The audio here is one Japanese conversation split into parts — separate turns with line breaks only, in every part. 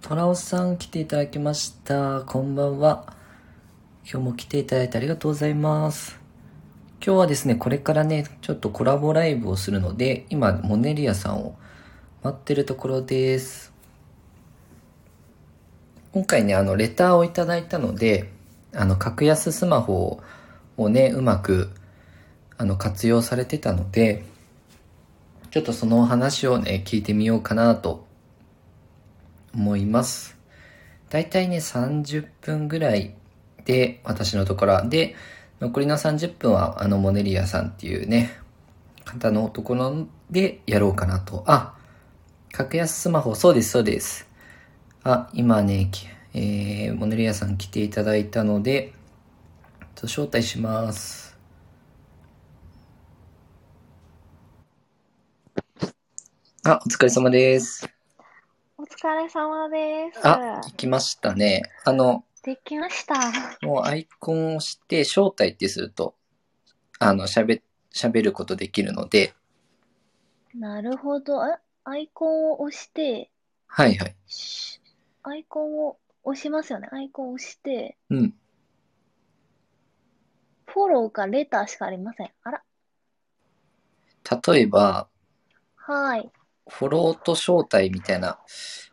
トラオさん来ていただきました。こんばんは。今日も来ていただいてありがとうございます。今日はですね、これからね、ちょっとコラボライブをするので、今、モネリアさんを待ってるところです。今回ね、あの、レターをいただいたので、あの、格安スマホをね、うまく、あの、活用されてたので、ちょっとそのお話をね、聞いてみようかなと思います。だいたいね、30分ぐらいで、私のところはで、残りの30分は、あの、モネリアさんっていうね、方のところでやろうかなと。あ、格安スマホ、そうです、そうです。あ、今ね、きえー、モネリアさん来ていただいたので、ちょっと招待します。あ、お疲れ様です。
お疲れ様です。
あ、来ましたね。あの、
できました。
もうアイコンを押して、招待ってすると、あの、喋、喋ることできるので、
なるほど。あアイコンを押して、
はいはい。
しアイコンを押しますよね。アイコンを押して、
うん。
フォローかレターしかありません。あら。
例えば、
はい。
フォローと招待みたいな。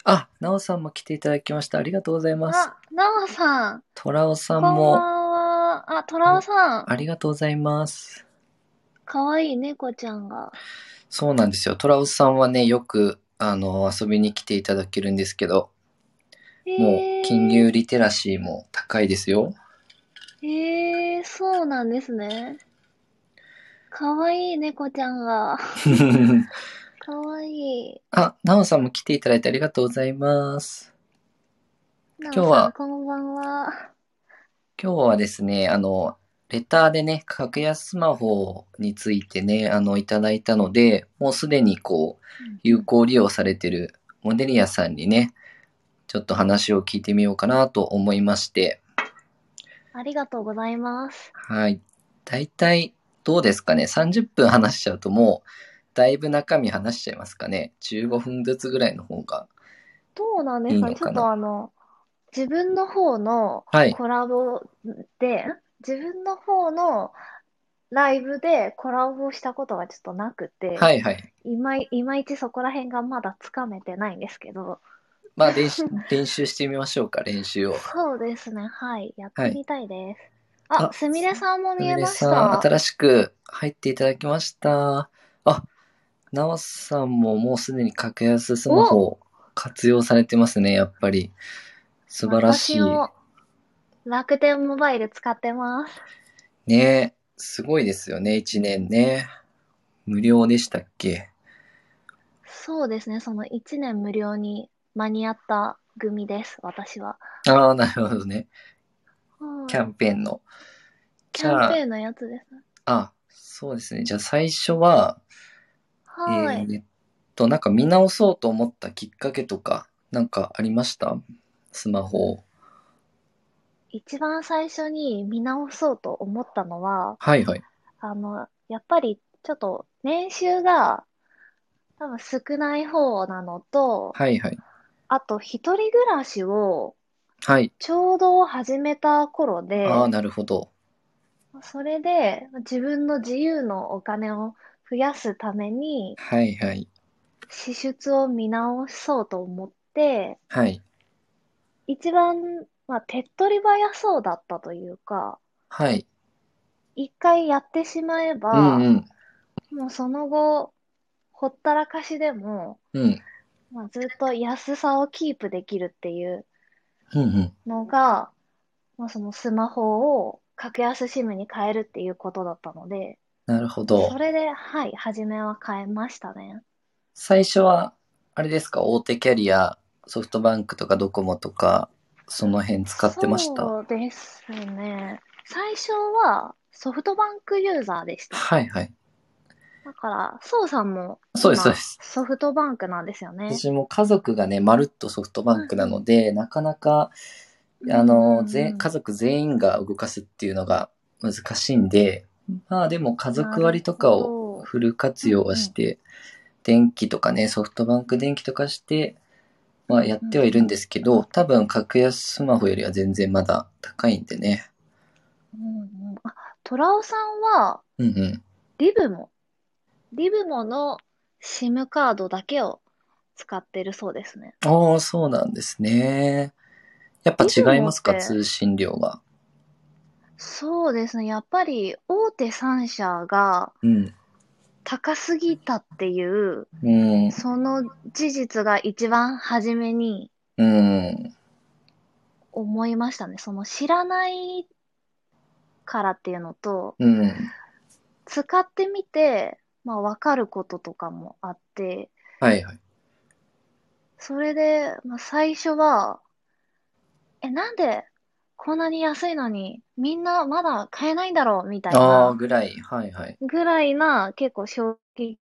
あ、なおさんも来ていただきました。ありがとうございます。
あ、なおさん。
とらおさん
こんばん
も、
は。あ、とらおさん。
ありがとうございます。
かわいい猫ちゃんが。
そうなんですよ。とらおさんはね、よく、あの、遊びに来ていただけるんですけど、も
え
う、
ー
金融リテラシーも高いですよ。
えー、そうなんですね。かわいい猫ちゃんが。かわいい。
あ、なおさんも来ていただいてありがとうございます。
今
今日は
こんばんは。
今日はですね、あの、レターでね、格安スマホについてね、あの、いただいたので、もうすでにこう、有効利用されてるモデリアさんにね、ちょっと話を聞いてみようかなと思いまして、
ありがとうございます。
はい。大体、どうですかね ?30 分話しちゃうともう、だいぶ中身話しちゃいますかね ?15 分ずつぐらいの方が。
どうなんですかね
いいの
ち
か
ょ
な
っとあの、自分の方の
はい。
コラボで、自分の方のライブでコラボしたことがちょっとなくて、
はいはい。
いまい、いまいちそこら辺がまだつかめてないんですけど、
まあ、練習、練習してみましょうか、練習を。
そうですね、はい、やってみたいです。
はい
あ、
あ
すみれさんも見え
ルネ
まし
さん、
た。
新しく入っていただきました。あ、なおさんももうすでに格安スマホを活用されてますね、やっぱり。素晴らしい
私。も楽天モバイル使ってます。
ねすごいですよね、1年ね。無料でしたっけ
そうですね、その1年無料に間に合った組です、私は。
ああ、なるほどね。
はい
キャンペーンの。
キャンペーンのやつですね。
あ、そうですね。じゃあ最初は、
は
え
い。
ー、っと、なんか見直そうと思ったきっかけとか、なんかありましたスマホを。
一番最初に見直そうと思ったのは、
はいはい。
あの、やっぱりちょっと年収が多分少ない方なのと、
はいはい。
あと一人暮らしを
はい。
ちょうど始めた頃で、
ああ、なるほど。
それで自分の自由のお金を増やすために
はいはい。
支出を見直そうと思って、
はい。
一番、まあ、手っ取り早そうだったというか、
はい。
一回やってしまえ
う
ば、
んうん。
もうその後、ほったらかしでも、
うん。
まあ、ずっと安さをキープできるっていう
うんうん。
のが、まあ、そのスマホを格安シムに変えるっていうことだったので、
なるほど
そ。れで、はい、初めは変えましたね。
最初は、あれですか、大手キャリア、ソフトバンクとかドコモとか、その辺使ってました。
そうですね。最初はソフトバンクユーザーでした。
はいはい。
だから、そうさんも
そうです
今
そうです
ソフトバンクなんですよね。
私も家族がね、まるっとソフトバンクなので、なかなか、あ
う
の、
ん
全家族全員が動かすっていうのが難しいんで、まあでも家族割とか
なる
を
ほど
フル活用はして、電気とかね、ソフトバンク電気とかして、はやってはいるんですけど、多分格安スマホよりは全然まだ高いんでね。
うんうん、あ、虎尾さんは、
うんうん。
リブモ。リブモの SIM カードだけを使ってるそうですね。
ああ、そうなんですね。やっぱ違いますか、
いつもっ
通
て
信量が。
そうですね。やっぱり大手3社が
うん。
高すぎたっていう、
うん。
その事実が一番初めに
うん。
思いましたね。その知らないからっていうのと、
うん。
使ってみて、まあ、わかることとかもあって、
はいはい。
それで、まあ、最初は、え、なんでこんなに安いのにみんなまだ買えないんだろうみたい
ああ、
な
ぐらい。はいはい。
ぐらいな結構衝撃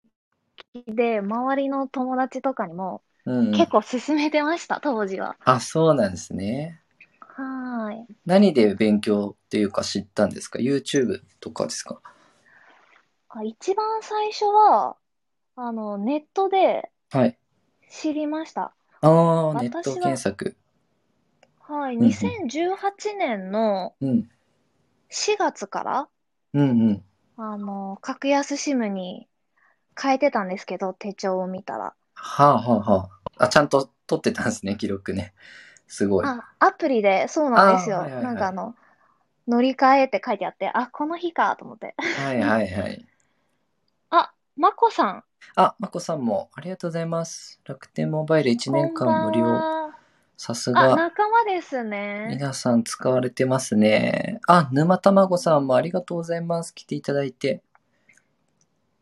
で、周りの友達とかにも
うん。
結構勧めてました、当時は。
あ、そうなんですね。
はーい。
何で勉強っていうか知ったんですか ?YouTube とかですか
あ、一番最初は、あの、ネットで
はい。
知りました。
ああ、ネ
私は
ット検索。
はい。
うんうん
2018年の
うん。
4月から、
うんうん。
あの、格安シムに変えてたんですけど、手帳を見たら。
はあはあはあ。あ、ちゃんと撮ってたんですね、記録ね。すごい。
あ、アプリで、そうなんですよ。
あはいはいはい
なんかあの、乗り換えって書いてあって、あ、この日かと思って。
はいはいはい。
あ、まこさん、
あ、まこさんもありがとうございます。楽天モバイル1年
こんば
間無
ん
料。
は。
さす
あ、
が。
仲間ですね。
皆さん使われてますね。あ、沼たまごさんもありがとうございます。来ていただい て。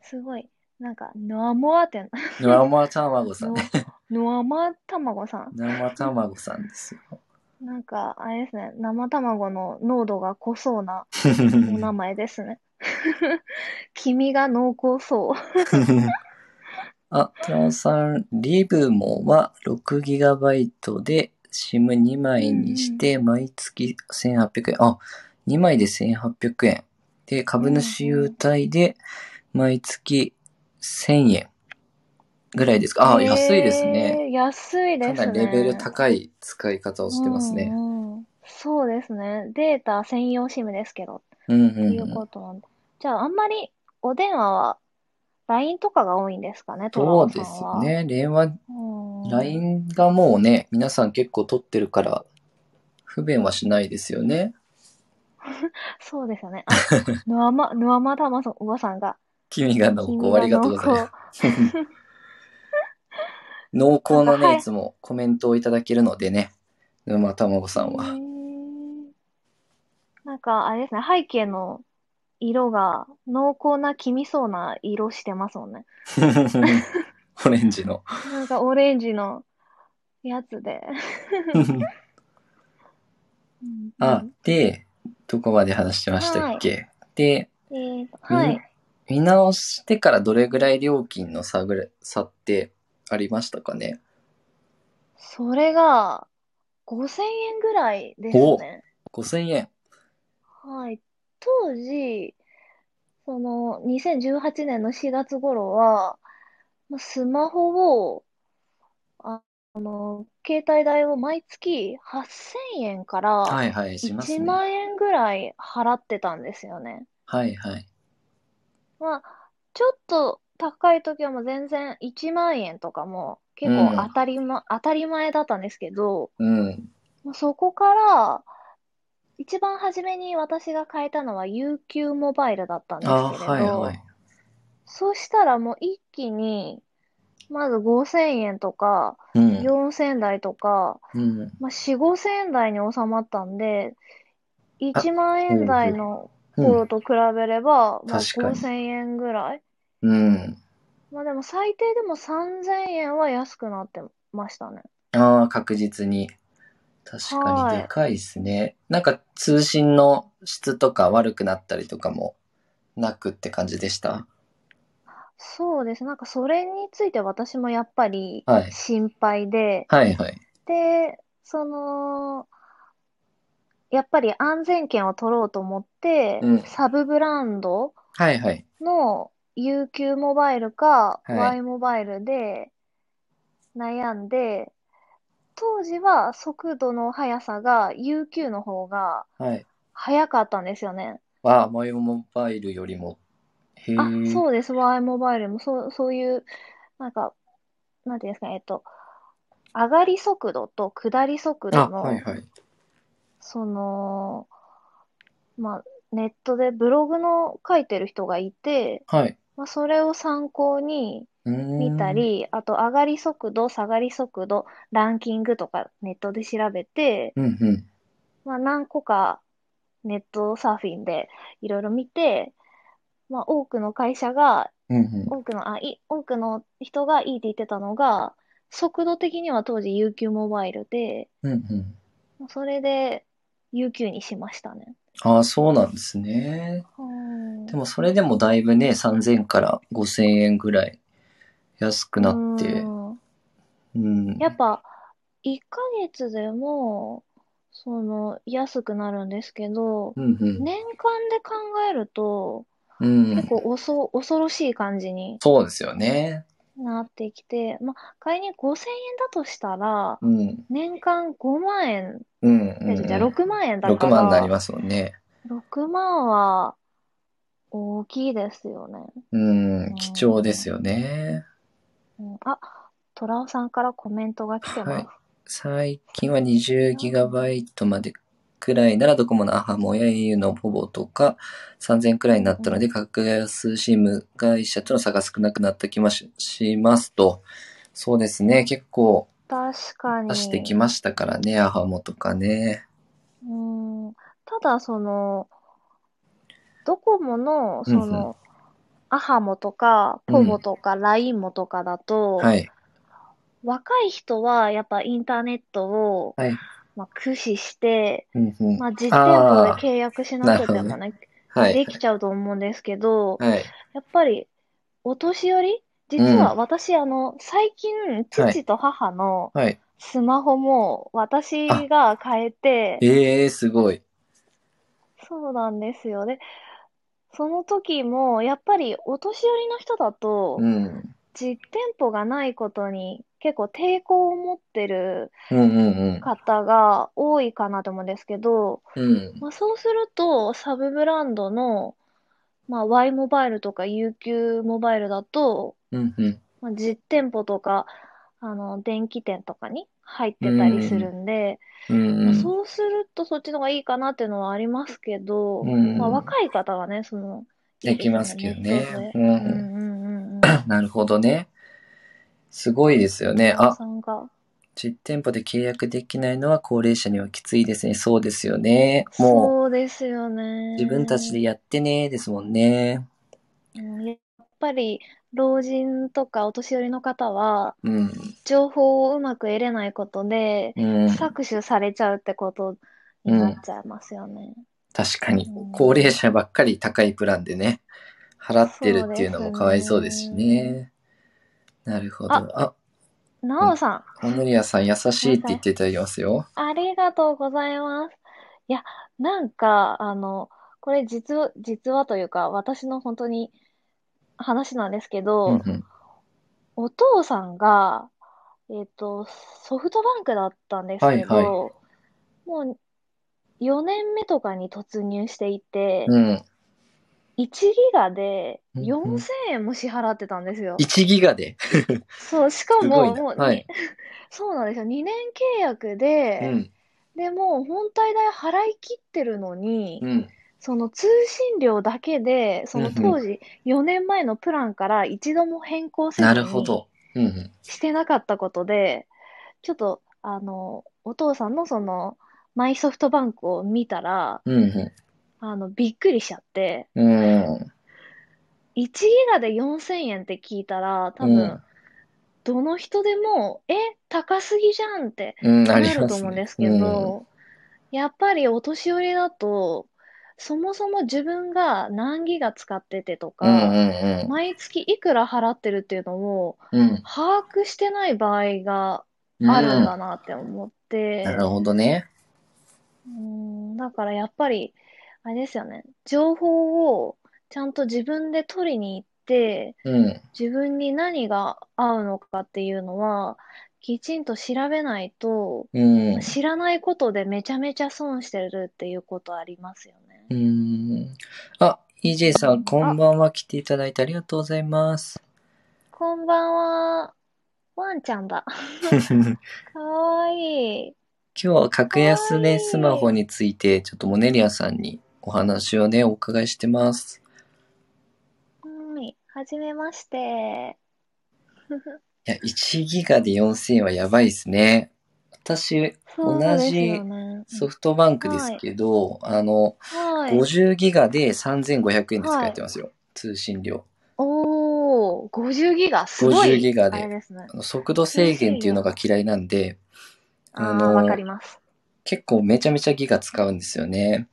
すごい。なんか、ノアモアって、
沼たまごさん
ノ
ね。
ノアマ卵さん。
生卵さんですよ。
なんか、あれですね、生卵の濃度が濃そうなお名前です ね。君が濃厚そう。
あ、トラオさん、リブモは 6GB で SIM2 枚にして毎月1800円。あ、2枚で1800円。で、株主優待で毎月1000円ぐらいですか。あ、
へー
安いですね。。
安いで
かな
すね。
りレベル高い使い方をしてますね。
うんうんそうですね。データ専用 SIM ですけど、
うんう
って
ん。
いううんことなんで。じゃあ、あんまりお電話は LINE とかが多いんですかね、トラ
そ
オ
う
さん
です
は。
ね。電話、
うん。
LINE がもうね、皆さん結構取ってるから、不便はしないですよね。
そうですよね。あ、ぬあま、 ぬあまたまさん、おばさんが、
君が濃厚、ありがとうございます。 濃厚
なん
な
かは
ね、
い
いつもコメントをいただけるのでね、沼たまごさん
へ
は。
ーなんか、あれですね、背景の色が濃厚な黄みそうな色してますもんね。
オレンジ の。
なんかオレンジのやつで。うん
あ、で、どこまで話してましたっけ、で、
えーはい。
見直してからどれぐらい料金の差ぐらい差ってありましたかね
それが、5000円ぐらいですね。
5000円。
はい。当時、その、2018年の4月頃は、まあスマホを、ああの、携帯代を毎月8000円から
はいはい、します
1
ね。
万円ぐらい払ってたんですよね。
はいはい。
まあ、ちょっと高い時はもう全然1万円とかも結
うん
構当たりま、当たり前だったんですけど、
うん。
もうそこから、一番初めに私が変えたのは UQ モバイルだったんです
あ
けれ
はい
ど、
はい。
そうしたらもう一気に、まず5000円とか、
うん。
4000円台とか、
うん。
まあ、4、5000円台に収まったんで、1万円台の
う
頃と比べれば、まあ、
確かに
5000円ぐらい。
ん。うん、
まあでも最低でも3000円は安くなってましたね。
ああ、確実に。確か
はい
にでかいですね。なんか通信の質とか悪くなったりとかもなくって感じでした。
そうです。なんかそれについて私もやっぱり
はい
心配で、
はいはい。
で、その、やっぱり安全圏を取ろうと思って、
うん
サブブランド
はいはい。
の UQ モバイルか
はい
Y モバイルで悩んで、当時は速度の速さが UQ の方が
はい。
速かったんですよね。
は、マイモバイルよりも。へえ。
あ、そうです。Y モバイルもそう、そういう、なんか、なんていうんですかね、えっと、上がり速度と下り速
あ、
度の、
はいはい。
その、まあ、ネットでブログの書いてる人がいて、
はい。
まあ、それを参考に
うーん。
見た。り、あと上がり速度、下がり速度、ランキングとかネットで調べて、
うんうん。
まあ、何個かネットサーフィンでいろいろ見て、まあ、多くの会社が、
うんうん。
多くの、あ、い、多くの人がいいって言ってたのが、速度的には当時 UQ モバイルで、
うんうん。
まあそれで UQ にしましたね。
ああ、そうなんですね。
うん
でもそれでもだいぶね、3000から5000円ぐらい安くなって。
うん
うん。
やっぱ、1ヶ月でも、その、安くなるんですけど、
うんうん。
年間で考えると、
うん
結。構おそ、恐ろしい感じに
そうですよね。
なってきて、まあ、仮に5000円だとしたら、
うん。
年間5万円、
うんうん、うん。
じゃあ6万円だ
6
か
万になり
ら、
ますもんね。
6万は大きいですよね。
うん。貴重ですよね。
うん、あ、トラオさんからコメントが来てます。
はい最近は 20GB までくらいならドコモのアハモや au のポボとか3000くらいになったので格安シム会社との差が少なくなってきまししますと。そうですね。結構
確か
出してき
に。
ましたからね。アハモとかね。
うん、ただ、その、ドコモの、
うんうん
その、アハモとか、ポボとか、ラインモとかだと、
はい。
若い人はやっぱインターネットを、
はい。
まあ、駆使して、
うんうん。
まあ、実店舗で
あ
契約し
な
な
る
く
ほど
て
ね
もね、
あ、はい
で。きちゃうと思うんですけど、
はい。
やっぱり、お年寄り実は私、あの、最
は
近、
い
父と母の
はい。
スマホも私が変えて、
ええー、すごい。
そうなんですよ。で、その時も、やっぱりお年寄りの人だと、
うん。うん
実店舗がないことに結構抵抗を持ってる
うん
方が多いかなと思うんですけど、
うん。うん。
まあ、そうすると、サブブランドの、まあ、Y モバイルとか UQ モバイルだと、
うんうん。
まあ、実店舗とか、あの、電気店とかに入ってたりするんで、
うん
ま
う
あ、
ん。
そうするとそっちの方がいいかなっていうのはありますけど、
うん
まあ、若い方はね、その、い
で
いで
き
す
ま
よ
す
ね、
けど
ネッ
ね
トで。。
うん
う
うん。
んうんうんうん。
なるほどね。すごいですよね。
お父
あ、
さんが。
実店舗で契約できないのは高齢者にはきついですね。そうですよね。も
そうですよ
う、自分たちで
ね。
やってね、ですもんね。
うんやっぱり、老人とかお年寄りの方は、
うん。
情報をうまく得れないことで、
うん。
搾取されちゃうってことになっちゃいますよね。
確かに
う。ん
高齢者ばっかり高いプランでね、払ってる
そう
ってい
で
うの
す
もかわいそうですし
ね。
ね。なるほ
あ、
ど。あ、
なおさ
小野リアさん優しいって言っていただきますよ。
ん、ありがとうございます。いや、なんか、あの、これ実は、実はというか、私の本当に話なんですけ
うん
ど、
うん。
お父さんが、えっと、ソフトバンクだったんです
はい
け
はい。
ど、もう4年目とかに突入していて、
うん。うん
1ギガで
うん、
4000円も支払ってたんですよ。
1ギガで。
そう、しか
すごいな。
も、もう
は
に、
い。
そうなんですよ。2年契約
う
で、
ん。
でもう本体代払い切ってるのに、
うん。
その通信料だけで、
う
そ
んう
の
ん。
当時4年前のプランから一度も変更せ
な
ず
るほ
に
ど。うんうん。
してなかったことで、ちょっと、あの、お父さんのその、マイソフトバンクを見たら、
うんう
あの、びっくりしちゃって、
ん。うん。
1ギガで4000円って聞いたら、
う
多分、
ん。
どの人でも、え、高すぎじゃんって
うん、あり
なる
ま
と
す
思うんで
ね。
すけ
うん。
ど、やっぱりお年寄りだと、そもそも自分が何ギガ使っててと
うん
か、
う
毎月いくら払ってるっていうのを
んうん。
把握してない場合が
うん。
あるん
う
だ
ん。
なって思
な
っ
る
て、
ほどね。
うーん、だからやっぱり、あれですよね、情報をちゃんと自分で取りに行って、
うん。
自分に何が合うのかっていうのは、きちんと調べないと、
うん。
知らないことでめちゃめちゃ損してるっていうことありますよね。
うーん。あ、EJ さん、こんばんは。来ていただいてありがとうござい ます。
こんばんは。ワンちゃんだ。
今
かわいい。
日は格安
は
ね、
い
スマホについて、ちょっとモネリアさんにお話をね、お伺いしてます。
はい。はじめまして。
いや、1ギガで4000円はやばいですね。私、
そうですよね。
ソフトバンクですけど、あの、
はい。
50ギガで3500円で使
はい
えてますよ。通信量。
おー、50ギガ。すごい。
50ギガで
あれですね。
あの速度制限っていうのが嫌いなんで、
あ
あ
ー、
の
わかります。
結構めちゃめちゃギガ使うんですよね。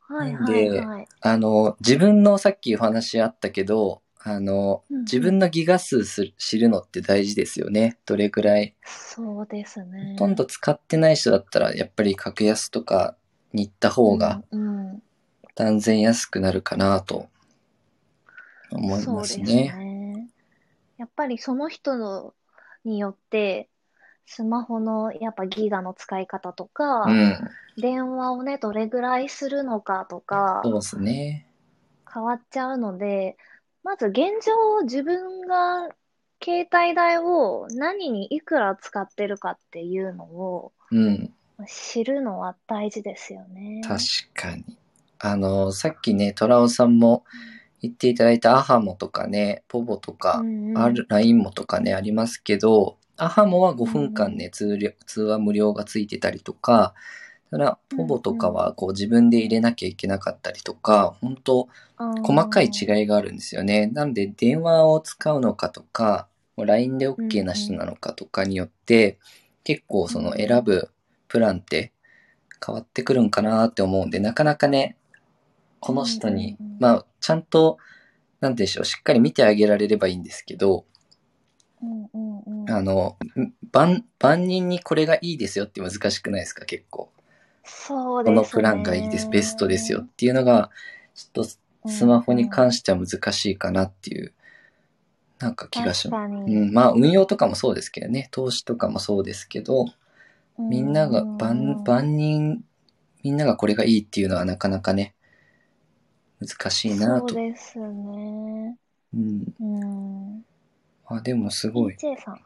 はい
なん
はい
で
はい。
あの、自分のさっきお話あったけど、あの、
うんうん
自分のギガ数す知るのって大事ですよね。どれくらい。
そうですね。
ほとんど使ってない人だったら、やっぱり格安とかに行った方が
うんうん
断然安くなるかなと思います
そうで
ね。
すね。やっぱりその人のによって、スマホのやっぱギガの使い方とか、
うん。
電話をね、どれぐらいするのかとか、
そうですね。
変わっちゃうので、まず現状自分が携帯代を何にいくら使ってるかっていうのを
うん。
知るのは大事ですよね。
確かに。あの、さっきね、トラオさんも言っていただいたアハモとかね、ポボとか、
うんうん
ある LINE もとかね、ありますけど、アハモは5分間ね、通料通話無料がついてたりとか、ただ、ポボとかはこう自分で入れなきゃいけなかったりとか、本当細かい違いがあるんですよね。なんで、電話を使うのかとか、もう LINE で OK な人なのかとかによって、結構その選ぶプランって変わってくるんかなって思うんで、なかなかね、この人に
うんうんう、ん
まあ、ちゃんと、なんて言うんでしょう、しっかり見てあげられればいいんですけど、
うんうんうん
あの、万、万人にこれがいいですよって難しくないですか、結構。
そ
こ
うですね。
のプランがいいです、ベストですよっていうのが、ちょっとスマホに関しては難しいかなっていう、なんか気がします。
確
う
かに
ん、まあ、運用とかもそうですけどね、投資とかもそうですけど、
う
みんなが、万、万人、みんながこれがいいっていうのはなかなかね、難しいな
そう
と。
ですね。
うん。
うん。
まあ、でもすごい。
EJ さん。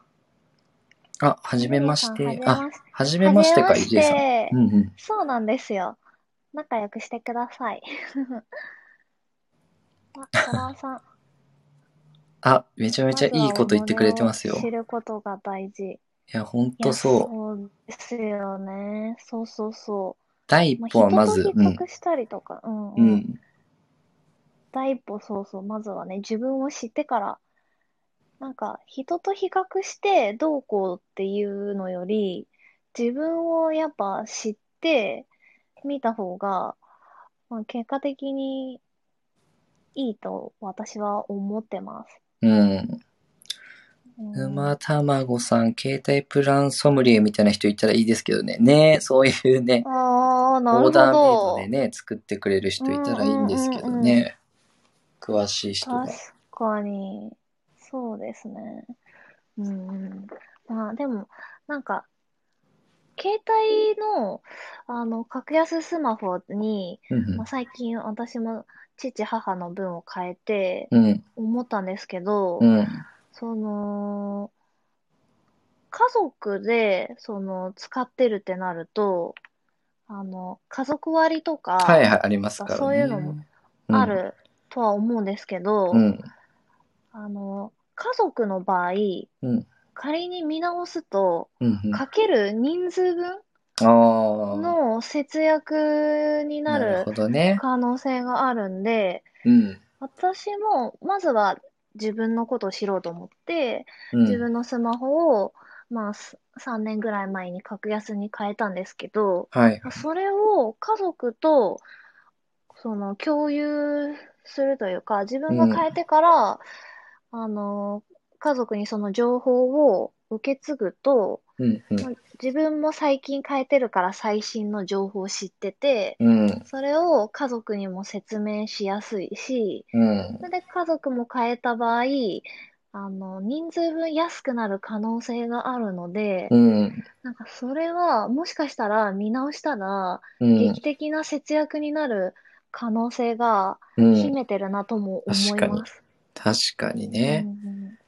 あ、はじめまし
はじ
て。
め
あ
まし、
はじめましてか、
はじめ
EJ さん。
まして
うんうん。
そうなんですよ。仲良くしてください。 あ、カラーさん。
あ、めちゃめちゃいいこと言ってくれてますよ。
まずは己を知
い
ることが大事。
や、ほんと
や
そう。
そうですよね。そうそうそ
第
う。ま
一
あ、
歩はまず
人、と
う
比
ん。
較したりとか、うん
う
うん。
ん。
第一歩、そうそう。まずはね、自分を知ってから、なんか、人と比較してどうこうっていうのより、自分をやっぱ知ってみた方が、まあ、結果的にいいと私は思ってます。
うん。
うん
沼たまごさん、携帯プランソムリエみたいな人いたらいいですけどね。ねそういうね、
ああ、な
オ
る
ーダーメイド
ほ
で
ど。
ね、作ってくれる人いたらいいんですけどね。詳しい人が
確。かに。そうですね。うんうん。まあでも、なんか、携帯の、あの、格安スマホに、
うん
まあ、最近私も父母の分を変えて
うん。うん。
思ったんですけど、
うん。
その、家族で、その、使ってるってなると、あの、家族割とか、
はいはい、ありますからね。
そういうのも
うん
あ。るとは思うんですけど、
うん。
あの、家族の場合、
うん。
仮に見直すと、
うん。うん、あ
かける人数分
あー。
の節約にな
なる
る
ほどね。
可能性があるんで、
うん。
私も、まずは自分のことを知ろうと思って、
うん。
自分のスマホを、まあ、す3年ぐらい前に格安に変えたんですけど、
はい。
それを家族と、その、共有するというか、自分が変えてから、あの、家族にその情報を受け継ぐと、
うん。うん。
自分も最近変えてるから最新の情報を知ってて、
うん、
それを家族にも説明しやすいし、
うん、
それで家族も変えた場合、あの、人数分安くなる可能性があるので、
うん、
なんかそれはもしかしたら見直したら
うん
劇、的な節約になる可能性が
う
秘
ん。
めてるなとも
確
思い
かに
ます。
確かに
うんう
ね。
ん、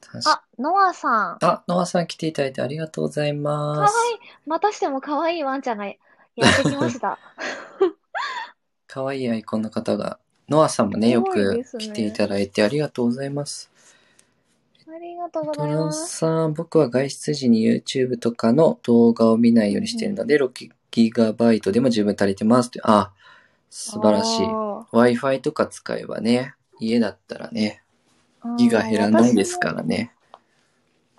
確か
あ、ノアさん。
あ、ノアさん来ていただいてありがとうござい
か
ま
わ
す。
いい。またしてもかわいいワンちゃんがやってき ました。
かわいいアイコンの方が、ノアさんもね、
す
よ
ごい
く
です
来てい
ね。
ただいてありがとうございます。
ありがとうご
ト
ざい
ラン
ます。
さん、僕は外出時に YouTube とかの動画を見な
う
いようにしてる
ん
ので、6GB でも十分足りてます。とあ、
う
素晴らし
ん。あ
い。Wi-Fi とか使えばね、家だったらね、
あ、
ギガ
ああ、
減らない
私
ですか
も、
らね。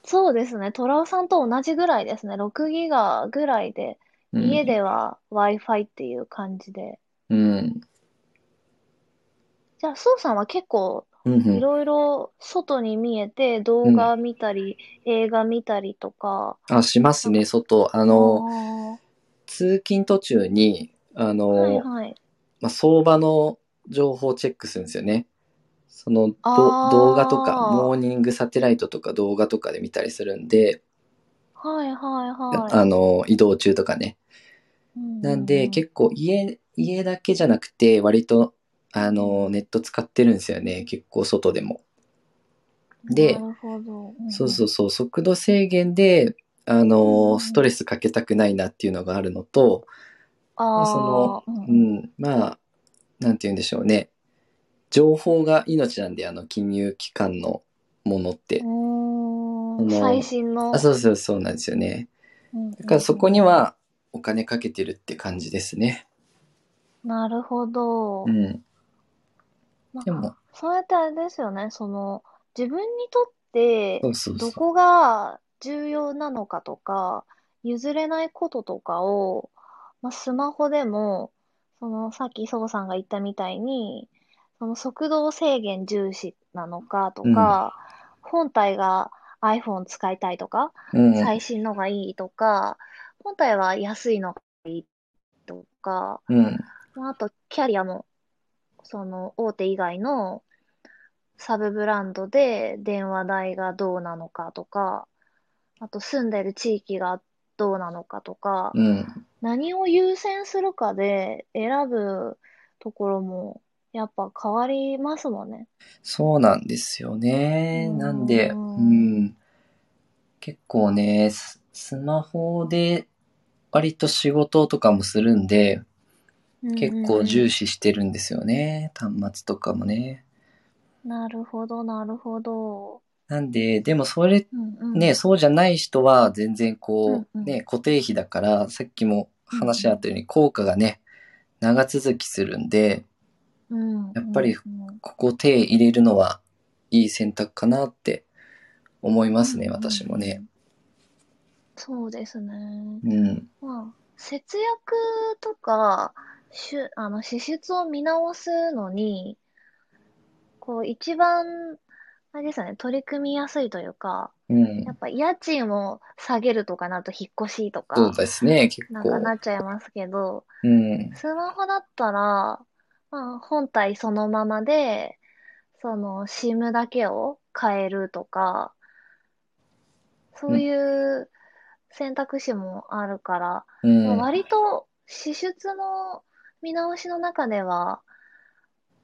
そうですね。トラオさんと同じぐらいですね。6ギガぐらいで、
う
家
ん、
では Wi-Fi っていう感じで。
うん、
じゃあ、そうさんは結構、
うん、う
い
ん、
ろいろ外に見えて、
う
動
ん。
画見たり、映画見たりとか、
あ、します
なんか、
ね、外。あ
あ
の、
あ、
通勤途中に、あ
はい
の、
はい。
まあ、相場の情報をチェックするんですよね。そのど動画とか、モー
あ
ニングサテライトとか動画とかで見たりするんで、
あ、はいはいはい。
あの、移動中とかね。
う
なんで、
んうん
結構家、家だけじゃなくて、割と、あ
うん。
の、ネット使ってるんですよね。結構外でも。
うんな
で、
るほど。うん
そう
う
そ
ん。
うそう、速度制限で、あ
う
の、ス
んう
ト
ん
レスかけたくないなっていうのがあるのと、
あ
まあその、
あ、うん
う
うん。
ん、まあ、なんて言うんでしょうね。情報が命なんで、あの、金融機関のものって。
う
そ
ーん、最
の、
新
あ、
の、
そうそうそうなんですよね。
うんう
だから
ん
そうこ
ん。
にはお金かけてるって感じですね。
なるほ
う
ど。
ん。
なん
で
か、
も、
そうやってあれですよね、その、自分にとって
そうそう
ど
そう。
こが重要なのかとか、譲れないこととかを、まあ、スマホでも、その、さっきソウさんが言ったみたいに、その速度制限重視なのかと
うん、
か、本体が iPhone 使いたいとか、
うん、
最新のがいいとか、本体は安いのがいいとか、
うん、
まあ、あとキャリアも、その大手以外のサブブランドで電話代がどうなのかとか、あと住んでる地域がどうなのかとか、
うん。
何を優先するかで選ぶところもやっぱ変わりますもんね。
そうなんですよ
うー。
ね。なんで、うん
うん
ん、結構ね、ス、スマホで割と仕事とかもするんで、
う
結構
んう
重視してるんですよね。端末とかもね。
ん。なるほど、なるほど。
なんで、でもそれ、
うんう
ね、
ん。
そうじゃない人は全然
うん
こ
う
う、
ん。
ね、固定費だから、さっきも
うん
話し合ったように効果がね、長続きするんで、
うん。う
やっぱ
ん
り
うん。うん
ここ手入れるのはいい選択かなって思いま
う
す
ん
ね、
う
私
ん
も
う
ね。
ん。そうですね。
うん。
まあ、節約とか、しゅ、あの、支出を見直すのに、こう、一番、あれですよね、取り組みやすいというか、
う
や
ん。
っぱ家賃を下げるとかなると引っ越しと
そう
か、
ですね、結
なんか
構。
なっちゃいますけど、
うん。。
スマホだったら、まあ、本体そのままで、その、SIM だけを変えるとか、そううんいう選択肢もあるから、
う
まあ、
ん。
割と支出の見直しの中では、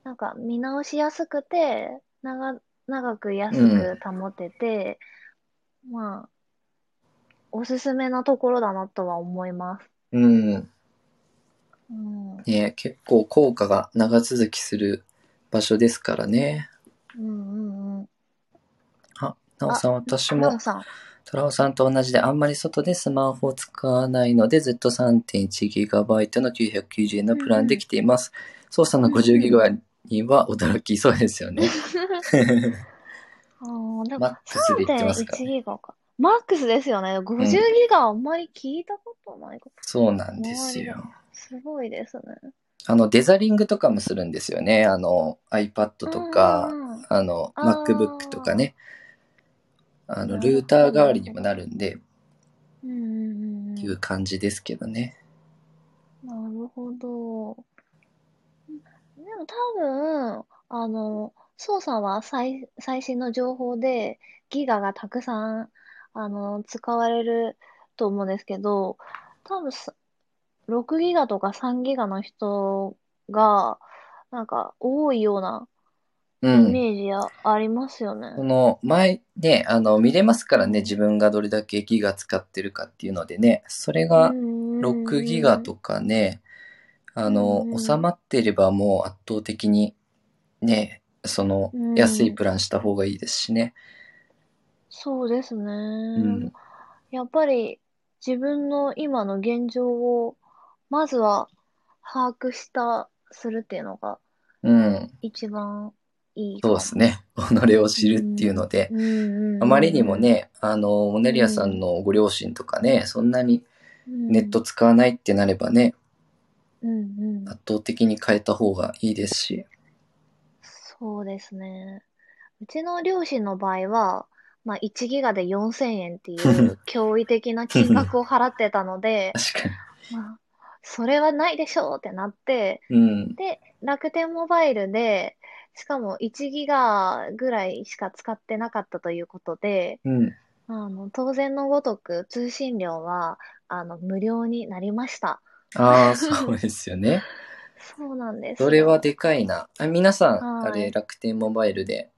なんか見直しやすくて、長、長く
う
安
ん。
く保てて、まあ、おすすめなところだなとは思います。
うん。
うん、うん
ね、結構効果が長続きする場所ですからね。
うんうん。
あ、なお
あ、
さん、私
なお
も、
さん。
トラオさんと同じで、あんまり外でスマホを使わないので、ずっと 3.1GB の990円の
う
プ
ん
ランで
う
来
ん。
ています。操作の
うんうん。
50GB には驚きそうですよね。
あーでも
マックスで言ってますから
3.1
ね。
ギガか。マックスですよね。
う
50ギ
ん。
ガあんまり聞いたことないか。
そうなんで
周
す
りで。
よ。
すごいですね。
あの、デザリングとかもするんですよね。あの、iPad
う
とか、
んうんうん。
あの、MacBook とか
あ
ね。あ
ー、
の、
なる
ルー
ほ
ター代
ど、な
わ
る
りに
ほ
も
ど。
なるんで、っ
うんうん
ていううん感じですけどね。
うん。なるほど。でも多分、あの、操作は最、最新の情報でギガがたくさん、あの、使われると思うんですけど、多分さ6ギガとか3ギガの人が、なんか多いような
う
イ
ん。
メージあありますよ
こ
ね。
の前ね、あの、見れますからね、自分がどれだけギガ使ってるかっていうのでね、それ
う
が
ん
6ギガ
うん
とかね、あ
う
の、収
ん。
まっていればもう圧倒的にね、その
う
安
んう
い
ん。
プランした方がいいですしね。
そうですね。
うん。
やっぱり自分の今の現状をまずは把握したするっていうのが
うん。
一番いい
そうで
か
す
も。
ね。己を
う
知るっていうの
ん、
で、
うん、う
あまりにも
ん、うん、
ね、あの、モ
う
ネリアさん
ん、
のご両親とかね、そんなに
う
ネッ
ん、
ト使わないってなればね、
うん、うん、
圧倒的に変えた方がいいですし。
そうですね。うちの両親の場合は、まあ、1ギガで4000円って いう驚異的な金額を払ってたので、
確かに。
まあ、それはないでしょうってなって、
うん。
で、楽天モバイルで、しかも1ギガぐらいしか使ってなかったということで、
うん。
あの、当然のごとく通信料は、あの、無料になりました。
ああ、そうですよね。
そうなんで
そ
す
れは
よ。
でかいな。あ、皆さん、あ
は
れ、
い。
楽天モバイルで、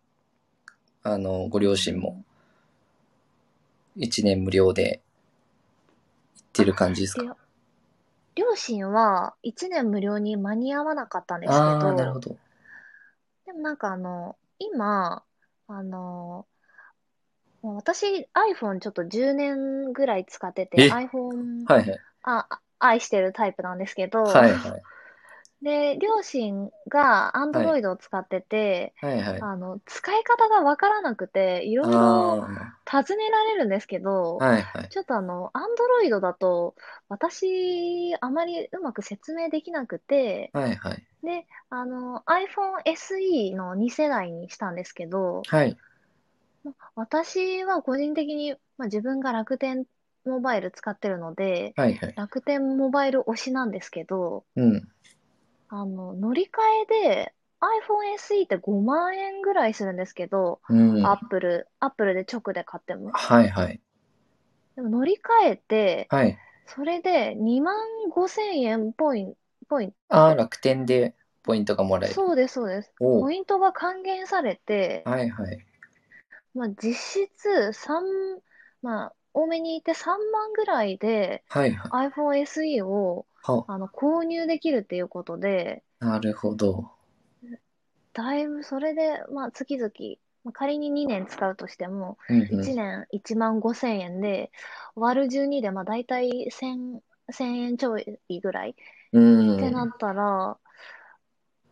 あの、ご両親も1年無料で行って
あ、
る感じです
り
か
ょ、両親は1年無料に間に合わなかったんですけ
ああー、なるほ
ど、
ど。
でもなんかあの、今、あの、もう私 iPhone ちょっと10年ぐらい使ってて
え
iPhone
はいはい。
ああ愛してるタイプなんですけど
はいはい。
で両親が
はい。
Android を使ってて
はいはい。
あの使い方がわからなくていろいろ
あ
尋ねられるんですけ
あ、
ど
はいはい。
ちょっとあの Android だと私あまりうまく説明できなくて
はいはい。
であの iPhone SE の2世代にしたんですけど
はい。
ま私は個人的に、まあ、自分が楽天モバイル使ってるので、
はいはい。
楽天モバイル推しなんですけど、
うん。
あの、乗り換えで iPhone SE って5万円ぐらいするんですけど、
うん。
アップル、アップルで直で買っても。
はいはい。
でも乗り換えて、
はい。
それで2万5千円ポイント、ポイン
ああ、
ト。
楽天でポイントがもらえる。
そうです、そうです。
お
ポ
う。
イントが還元されて、
はいはい。
まあ、実質3、まあ、多めに言って3万ぐらいで
はいはい。
iPhone SE を
は、
あの購入できるっていうことで、
なるほど。
だいぶそれで、まあ、月々、まあ、仮に2年使うとしても、
うんう
1
ん。
年1万5千円で、割る12で、まあ、だいたい1000、1000円ちょいぐらいっ
う
てなっ
ん。
たら、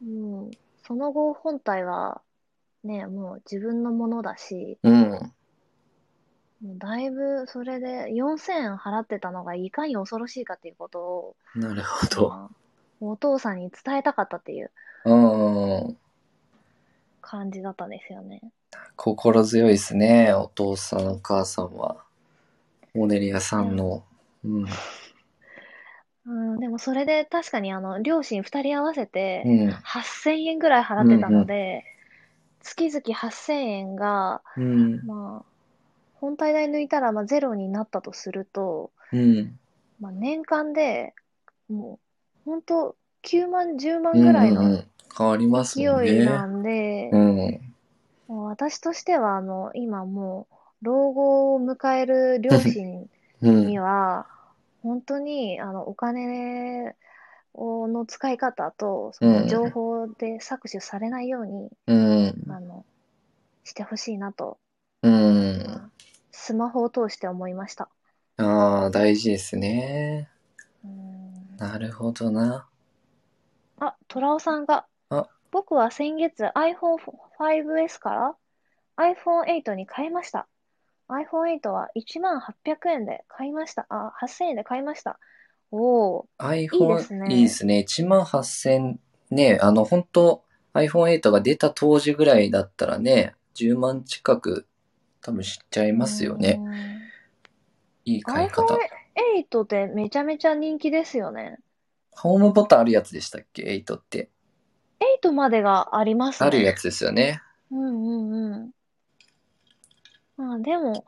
うん、その後本体はね、もう自分のものだし、
うん。
もうだいぶそれで4000円払ってたのがいかに恐ろしいかっていうことを、
なるほど。
まあ、お父さんに伝えたかったっていう
うん。
感じだったんですよね。
心強いですね。お父さん、お母さんは。モネリアさ
で
ん
も、
の。うん。
うん、でもそれで確かにあの、両親2人合わせ
う
て
ん。
8000円ぐらい払
う
って
ん
た
う
の
ん。
で、月々8000円が、
うん。
まあ、本体代抜いたらまあゼロになったとすると、
うん。
まあ、年間でもう、ほんと9万、10
う
万ぐ
ん
らい
うんう
の
ん。変わります
勢
もん
い
ね。
なん
う
で、
ん。
もう私としては、あの、今もう、老後を迎える両親
う
に
ん。
は、本当に、あの、お金を、の使い方と、そうの情
ん。
報で搾取されないように、
うん。
あの、してほしいなと、
うん。
まあ、スマホを通して思いました。
ああ、大事ですね。
うーん。
なるほどな。
あ、虎尾さんが、
あ、
僕は先月 iPhone5S から iPhone8 に変えました。iPhone8 は1万800円で買いました。あ、8000円で買いました。おお、いいで
iPhone
す
いいで
ね。
すね。1万8000ね、あの、本当 iPhone8 が出た当時ぐらいだったらね、10万近く多分知っちゃいう
ー
ますよね。
ん。
いい買い方。
iPhone8 ってめちゃめちゃ人気ですよね。
ホームボタンあるやつでしたっけ ?8 って。
8までがあります
ある
ね。
やつですよね。
うんうんうん。まあでも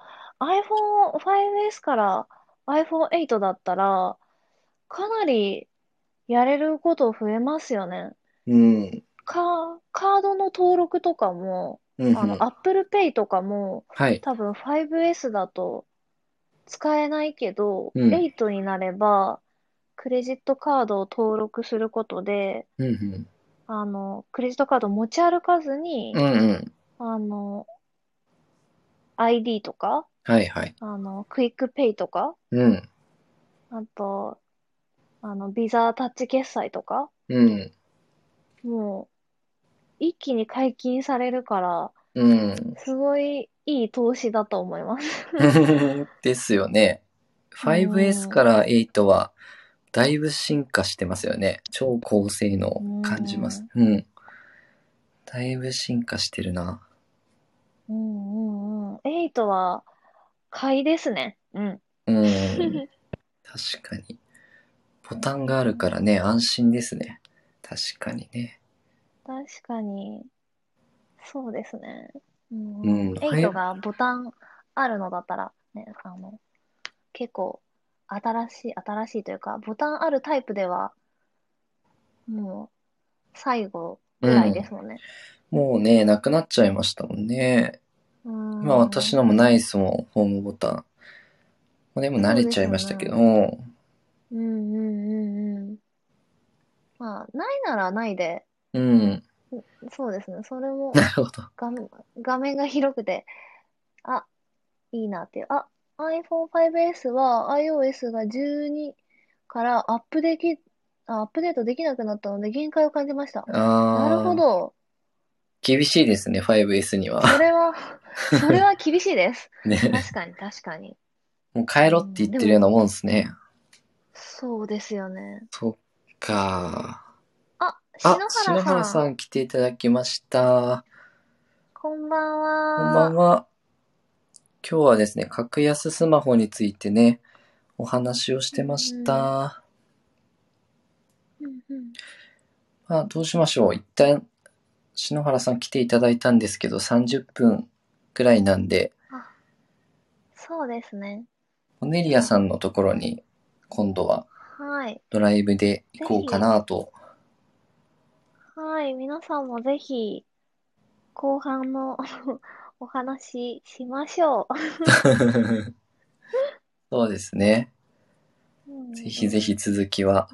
iPhone5S から iPhone8 だったらかなりやれること増えますよね。
うん。
カ、カードの登録とかも、
うんう
あの、
ん。
Apple Pay とかも
はい。
多分 5S だと使えないけど、
うん。
8になればクレジットカードを登録することで、
うんうん。
あの、クレジットカードを持ち歩かず
う
に、
んうん。
あの、ID とか、
はいはい。
あの、クイックペイとか、
うん。
あと、あの、ビザタッチ決済とか、
うん。
もう一気に解禁されるから、
うん。
すごいいい投資だと思います。
ですよね。
う
5S
ん、
から8はだいぶ進化してますよね。超高性
う
能感じます。
ん、
うん。だいぶ進化してるな。
うん、うん、うん。8は買いですね。うん。
うん。確かに。ボタンがあるからね、安心ですね。確かにね。
確かに、そうですね。う、
うん
う
ん。
ん。
は
8
い。
がボタンあるのだったら、ね、あの、結構新しい、新しいというか、ボタンあるタイプでは、もう最後
う
ぐらいで
ん。
すもんね。
もうね、なくなっちゃいましたもんね。
う
今私
ーん、
のもないですもん、ホームボタン。まあでも慣
そう
れち
で
ゃ
す
い
よ
ま
ね。
したけど。うん
うんうんうんうん。まあ、ないならないで、
うん。
そうですね。それも
なるほど。
画面、画面が広くて、あ、いいなっていう。あ、iPhone5S は iOS が12からアップでき、あアップデートできなくなったので限界を感じました。なるほ
あー、
ど。
厳しいですね、5S に は。
そ れはそれは厳しいです。
ね。
確かに、確かに。
もう帰
う
ろって言
ん、
っ
で
てるよう
も、
なもんですね。
そうですよね。
そっか。
あ、
あ、
篠原
篠原
さ
さ
ん、
ん来ていただきました。
こんばん
こんばん
は。
は。今日はですね、格安スマホについてね、お話をし
う
てまし
ん
た。
うん、うんうん。
まあ、どうしましょう。一旦、篠原さん来ていただいたんですけど、30分くらいなんで、
あ、そうですね。
コネリ
じゃ
アさ
あ、
んのところに、今度は
はい。
ドライブで行
ぜ
こうか
ひ、
なと。
はい。皆さんもぜひ、後半の お話ししましょ
そうですね。
う。う
ぜ
ん
ひぜ
うん。
ひ続きは、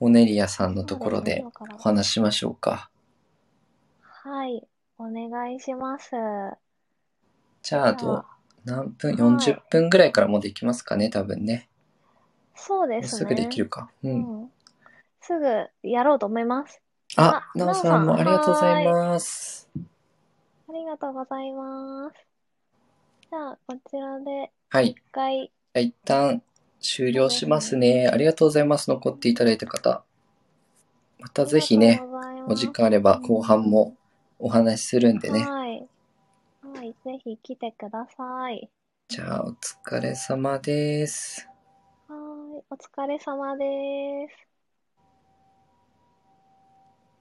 オネリアさんの
そ
と
う
こ
です
ろ
ね。
で
今か
お
ら。
話ししましょうか。
はい。お願いします。
じゃあ、
じゃ
どう、
あ、
何分
は
?40
い。
分ぐらいからもうできますかね、多分ね。
そうで
もう
す
すぐでき
ね。
るか。う。
うんん。すぐやろうと思います。
あ、
あ、
なお
なお
さ
さ
ん
ん、
もありがとうござい
はーい。
ます。
ありがとうございます。じゃあ、こちらで
はい。
一回、
じゃあ一旦終
そう
了
で
し
す
ます
ね。
ね。ありがとうございます。残っていただいた方。また
あり
ぜ
が
ひ
とう
ね、
ござい
お時
ます。
間あれ
う
ば後半
んう
もお話しするんで
ん。
ね。
はい。はい。ぜひ来てください。
じゃあ、お疲れ様です。
はーい。お疲れ様です。